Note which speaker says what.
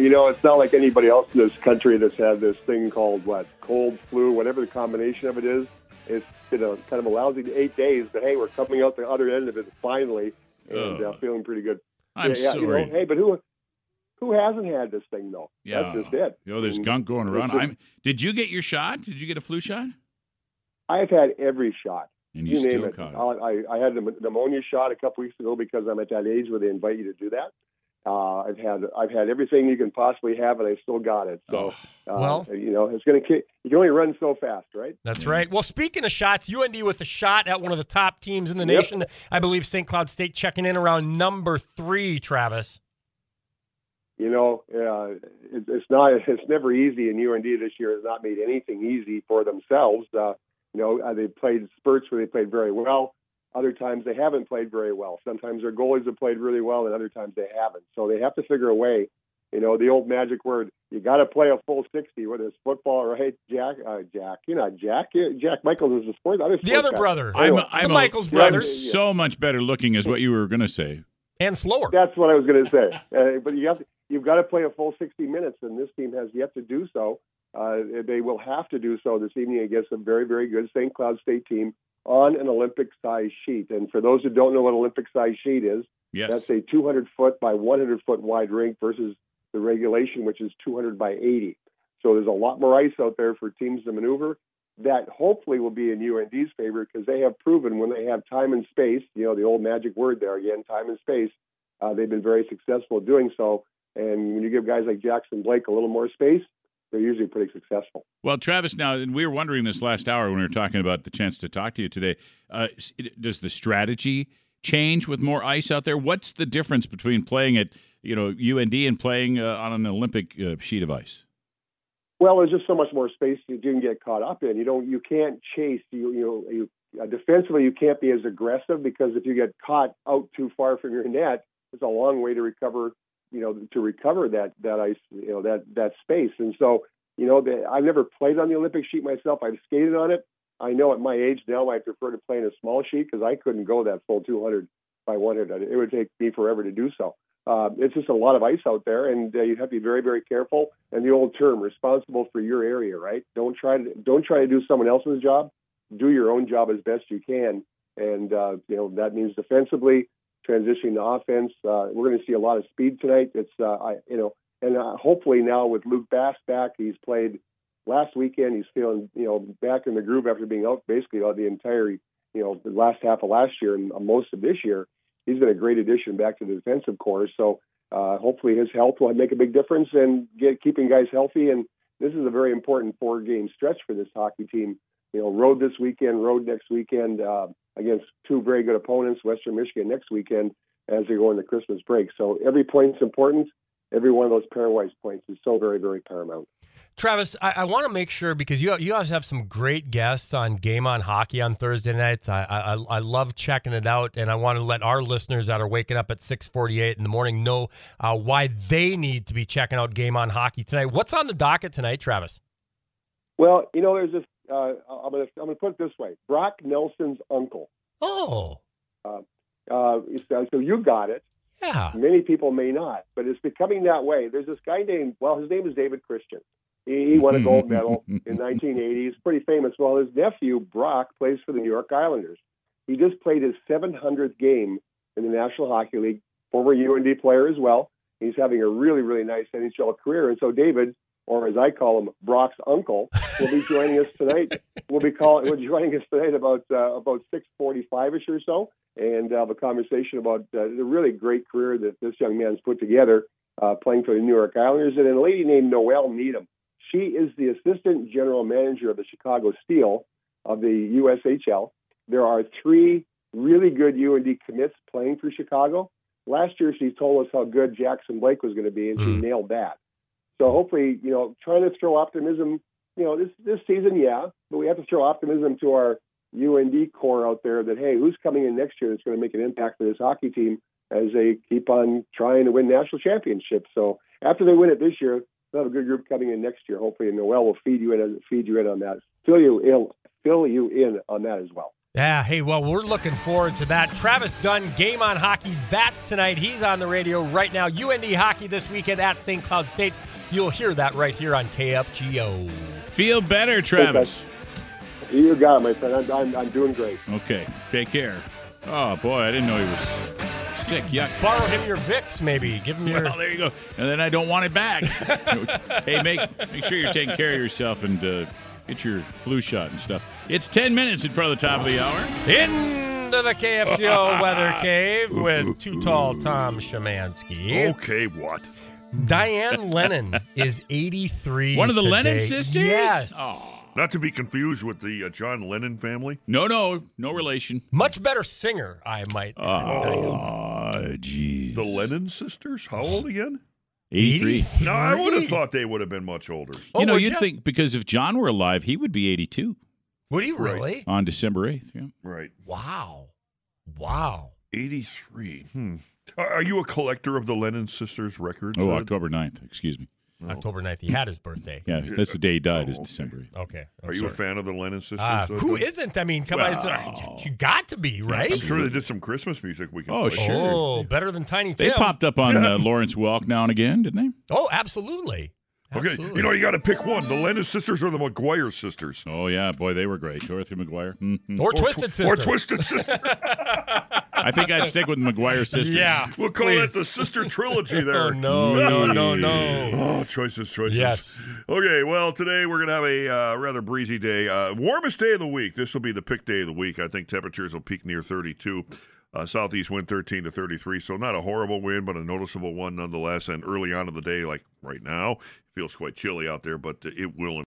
Speaker 1: you know, it's not like anybody else in this country that's had this thing called what cold flu, whatever the combination of it is. It's been a kind of a lousy eight days, but hey, we're coming out the other end of it finally, and
Speaker 2: Ugh.
Speaker 1: uh, feeling pretty good.
Speaker 2: I'm
Speaker 1: yeah, yeah, you know,
Speaker 2: sorry.
Speaker 1: hey, but who who hasn't had this thing though?
Speaker 2: yeah.
Speaker 1: That's just mm, it.
Speaker 2: You know, there's
Speaker 1: And
Speaker 2: gunk going around.
Speaker 1: it's just-
Speaker 2: I'm. Did you get your shot? Did you get a flu shot?
Speaker 1: I've had every shot.
Speaker 2: And you,
Speaker 1: name
Speaker 2: still
Speaker 1: it.
Speaker 2: caught it.
Speaker 1: I, I, I had the pneumonia shot a couple weeks ago because I'm at that age where they invite you to do that. Uh, I've had I've had everything you can possibly have, and I still got it. So,
Speaker 2: Oh.
Speaker 1: uh,
Speaker 3: Well-
Speaker 1: you know, it's going to kick. You can only run so fast, right?
Speaker 3: That's right. Well, speaking of shots, UND with a shot at one of the top teams in the
Speaker 1: Yep.
Speaker 3: nation. I believe St. Cloud State checking in around number three, Travis.
Speaker 1: You know, uh, it, it's not. It's never easy, and UND this year has not made anything easy for themselves. Uh, you know, uh, they played spurts where they played very well. Other times they haven't played very well. Sometimes their goalies have played really well, and other times they haven't. So they have to figure a way. You know, the old magic word: you got to play a full sixty, whether it's football, right? Jack, uh, Jack, you're not Jack. You're, Jack Michaels is the sport. other
Speaker 3: The
Speaker 1: sports
Speaker 3: other
Speaker 1: guy.
Speaker 3: brother.
Speaker 2: I'm,
Speaker 1: Anyway,
Speaker 2: I'm
Speaker 3: the
Speaker 2: a-
Speaker 3: Michaels
Speaker 2: I'm
Speaker 3: brothers.
Speaker 2: so much better looking, is what you were going to say.
Speaker 3: And slower.
Speaker 1: That's what I was going to say. Uh, but you have to, you've got to play a full 60 minutes, and this team has yet to do so. Uh, they will have to do so this evening against a very, very good St. Cloud State team on an Olympic size sheet. And for those who don't know what Olympic size sheet is,
Speaker 2: Yes.
Speaker 1: that's a 200 foot by 100 foot wide rink versus the regulation, which is 200 by 80. So there's a lot more ice out there for teams to maneuver. That hopefully will be in UND's favor because they have proven when they have time and space, you know, the old magic word there again, time and space, uh, they've been very successful at doing so. And when you give guys like Jackson Blake a little more space, they're usually pretty successful.
Speaker 2: Well, Travis, now, and we were wondering this last hour when we were talking about the chance to talk to you today. Uh, s- it- does the strategy change with more ice out there? What's the difference between playing at you know UND and playing uh, on an Olympic uh, sheet of ice?
Speaker 1: Well, there's just so much more space you can get caught up in. You don't, you can't chase. You, you, you uh, defensively, you can't be as aggressive because if you get caught out too far from your net, it's a long way to recover. You know, to recover that that ice, you know, that that space. And so, you know, the, I've never played on the Olympic sheet myself. I've skated on it. I know at my age now, I prefer to play in a small sheet because I couldn't go that full 200 by 100. It would take me forever to do so. Uh, it's just a lot of ice out there, and uh, you have to be very, very careful. And the old term, responsible for your area, right? Don't try to don't try to do someone else's job. Do your own job as best you can, and uh, you know that means defensively transitioning to offense. Uh, we're going to see a lot of speed tonight. It's uh, I, you know, and uh, hopefully now with Luke Bass back, he's played last weekend. He's feeling you know back in the groove after being out basically all the entire you know the last half of last year and most of this year he's been a great addition back to the defensive core. So uh, hopefully his health will make a big difference and get keeping guys healthy. And this is a very important four game stretch for this hockey team. You know, road this weekend, road next weekend uh, against two very good opponents, Western Michigan next weekend as they go into Christmas break. So every point's important. Every one of those pairwise points is so very, very paramount.
Speaker 3: Travis, I, I want to make sure because you you guys have some great guests on Game on Hockey on Thursday nights. I I, I- I love checking it out, and I want to let our listeners that are waking up at six forty eight in the morning know uh, why they need to be checking out Game on Hockey tonight. What's on the docket tonight, Travis?
Speaker 1: Well, you know, there's this. Uh, I'm going to I'm going to put it this way: Brock Nelson's uncle.
Speaker 3: Oh,
Speaker 1: Uh, so so you got it.
Speaker 3: yeah,
Speaker 1: Many people may not, but it's becoming that way. There's this guy named, well, his name is David Christian. He, he
Speaker 2: Mm-hmm,
Speaker 1: won a gold medal in 1980. He's pretty famous. Well, his nephew, Brock, plays for the New York Islanders. He just played his 700th game in the National Hockey League, former UND player as well. He's having a really, really nice NHL career. And so David, or as I call him, Brock's uncle, will be joining us tonight. Will be calling. Will be joining us tonight about uh, about six forty-five ish or so, and uh, have a conversation about uh, the really great career that this young man's put together, uh, playing for the New York Islanders, and then a lady named Noelle Needham. She is the assistant general manager of the Chicago Steel of the USHL. There are three really good UND commits playing for Chicago. Last year, she told us how good Jackson Blake was going to be, and she
Speaker 3: Mm.
Speaker 1: nailed that. So hopefully, you know, trying to throw optimism, you know, this this season, yeah, but we have to throw optimism to our UND core out there that hey, who's coming in next year that's going to make an impact for this hockey team as they keep on trying to win national championships. So after they win it this year, they'll have a good group coming in next year, hopefully, and Noel will feed you in feed you in on that, fill you in, fill you in on that as well.
Speaker 3: Yeah, hey, well, we're looking forward to that. Travis Dunn, Game on Hockey, that's tonight. He's on the radio right now. UND Hockey this weekend at St. Cloud State. You'll hear that right here on KFGO.
Speaker 2: Feel better, Travis.
Speaker 1: Okay. You got it, my friend. I'm, I'm, I'm doing great.
Speaker 2: Okay, take care. Oh, boy, I didn't know he was sick. Yuck.
Speaker 3: Borrow him your Vicks, maybe. Give him your.
Speaker 2: Well, there you go. And then I don't want it back. hey, make make sure you're taking care of yourself and uh, get your flu shot and stuff. It's 10 minutes in front of the top of the hour.
Speaker 3: Into the KFGO Weather Cave with Too Tall Tom Shemansky.
Speaker 4: Okay, what?
Speaker 3: Diane Lennon is 83.
Speaker 2: Oh. One of the
Speaker 3: today.
Speaker 2: Lennon sisters?
Speaker 3: Yes.
Speaker 2: Oh.
Speaker 4: Not to be confused with the uh, John Lennon family.
Speaker 2: No, no, no relation.
Speaker 3: Much better singer, I might. than Diane.
Speaker 2: Oh, geez.
Speaker 4: The Lennon sisters? How old again?
Speaker 2: 83.
Speaker 4: No, I would have thought they would have been much older.
Speaker 3: Oh,
Speaker 2: you know,
Speaker 3: would
Speaker 2: you'd
Speaker 3: ya?
Speaker 2: think because if John were alive, he would be 82
Speaker 3: Would he really?
Speaker 2: on December 8th. Yeah.
Speaker 4: Right.
Speaker 3: Wow. Wow.
Speaker 4: 83. Hmm. Are are you a collector of the Lennon sisters records? uh,
Speaker 2: Oh,
Speaker 4: Ed?
Speaker 2: October 9th. Excuse me.
Speaker 4: Mm-hmm.
Speaker 3: October 9th. He had his birthday.
Speaker 2: Yeah, that's the day he died, is
Speaker 4: Oh, okay.
Speaker 2: December 8th.
Speaker 3: Okay. I'm
Speaker 4: Are you a
Speaker 3: sorry.
Speaker 4: fan of the Lennon sisters?
Speaker 3: Uh,
Speaker 4: Ed?
Speaker 3: who isn't? I mean, come on. It's, uh, you got to be, right?
Speaker 4: I'm sure they did some Christmas music we can
Speaker 2: Oh,
Speaker 4: play.
Speaker 2: sure.
Speaker 3: Oh, better than Tiny
Speaker 2: They
Speaker 3: Tim.
Speaker 2: popped up on uh, Lawrence Welk now and again, didn't
Speaker 3: Oh, absolutely.
Speaker 4: Okay,
Speaker 3: absolutely.
Speaker 4: you know, you got to pick one the Lennon sisters or the McGuire sisters.
Speaker 2: they? Oh, yeah. Boy, they were great. Dorothy McGuire. Mhm.
Speaker 3: or, Twisted Sister.
Speaker 4: Or Twisted Sister.
Speaker 2: I think I'd stick with the McGuire sisters.
Speaker 3: Yeah.
Speaker 4: we'll call
Speaker 3: please.
Speaker 4: that the sister trilogy there.
Speaker 3: Oh, no, no, no, no.
Speaker 4: Oh, choices, choices.
Speaker 3: Yes.
Speaker 4: Okay, well, today we're going to have a uh, rather breezy day. Uh, warmest day of the week. This will be the pick day of the week. I think temperatures will peak near 32. Uh, southeast wind 13 to 33. So, not a horrible wind, but a noticeable one nonetheless. And early on in the day, like right now, it feels quite chilly out there, but it will